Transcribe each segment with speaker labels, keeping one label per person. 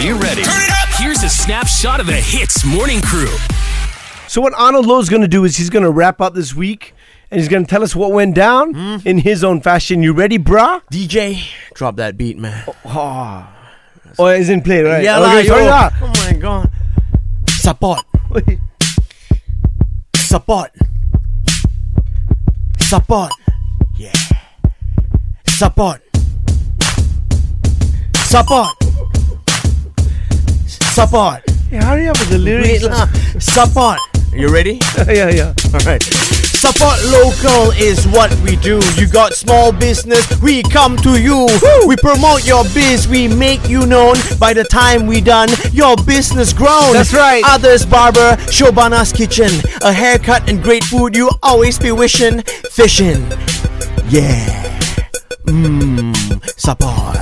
Speaker 1: you ready? Turn it up! Here's a snapshot of the Hits Morning Crew.
Speaker 2: So what Arnold Lowe's going to do is he's going to wrap up this week and he's going to tell us what went down
Speaker 3: Hmm?
Speaker 2: in his own fashion. You ready, brah?
Speaker 3: DJ, drop that beat, man.
Speaker 2: Or is in play, right?
Speaker 3: Yeah,
Speaker 2: Okay,
Speaker 3: lah,
Speaker 2: sorry ah.
Speaker 3: yo.
Speaker 2: lah.
Speaker 3: Oh my god. Support. Support. Support. Yeah. Support. Support. Support.
Speaker 2: Hey, hurry up with the lyrics.
Speaker 3: Wait lah. Support. You ready?
Speaker 2: yeah, yeah.
Speaker 3: Alright. Support local is what we do. You got small business, we come to you. We promote your biz, we make you known. By the time we done, your business grown.
Speaker 2: That's right.
Speaker 3: Others barber, Shobana's kitchen. A haircut and great food you always be wishing. Fishing. Yeah. Mmm, support.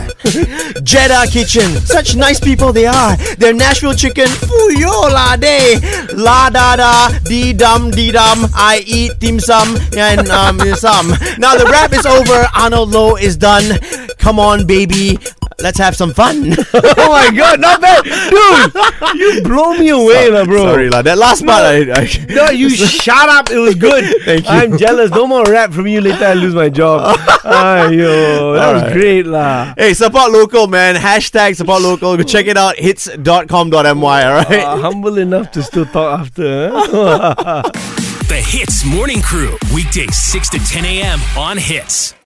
Speaker 3: Jeddah Kitchen, such nice people they are. Their Nashville chicken, fuyo la day. La da da, dee dum dee dum. I eat dim sum and um sum. Now the rap is over, Arnold Lowe is done. Come on, baby, let's have some fun.
Speaker 2: Oh my god, not bad, dude. You blow me away, lah, bro.
Speaker 3: Sorry, la. That last part, I,
Speaker 2: No, you shut up. It was good.
Speaker 3: Thank you.
Speaker 2: I'm jealous. No more rap from you. Later, I lose my job. Ayo, that was
Speaker 3: Alright.
Speaker 2: great, lah.
Speaker 3: Hey, support local, man. Hashtag support local. Go check it out. Hits.com.my. All right.
Speaker 2: Uh, humble enough to still talk after. huh?
Speaker 1: The Hits Morning Crew, weekdays 6 to 10 a.m. on Hits.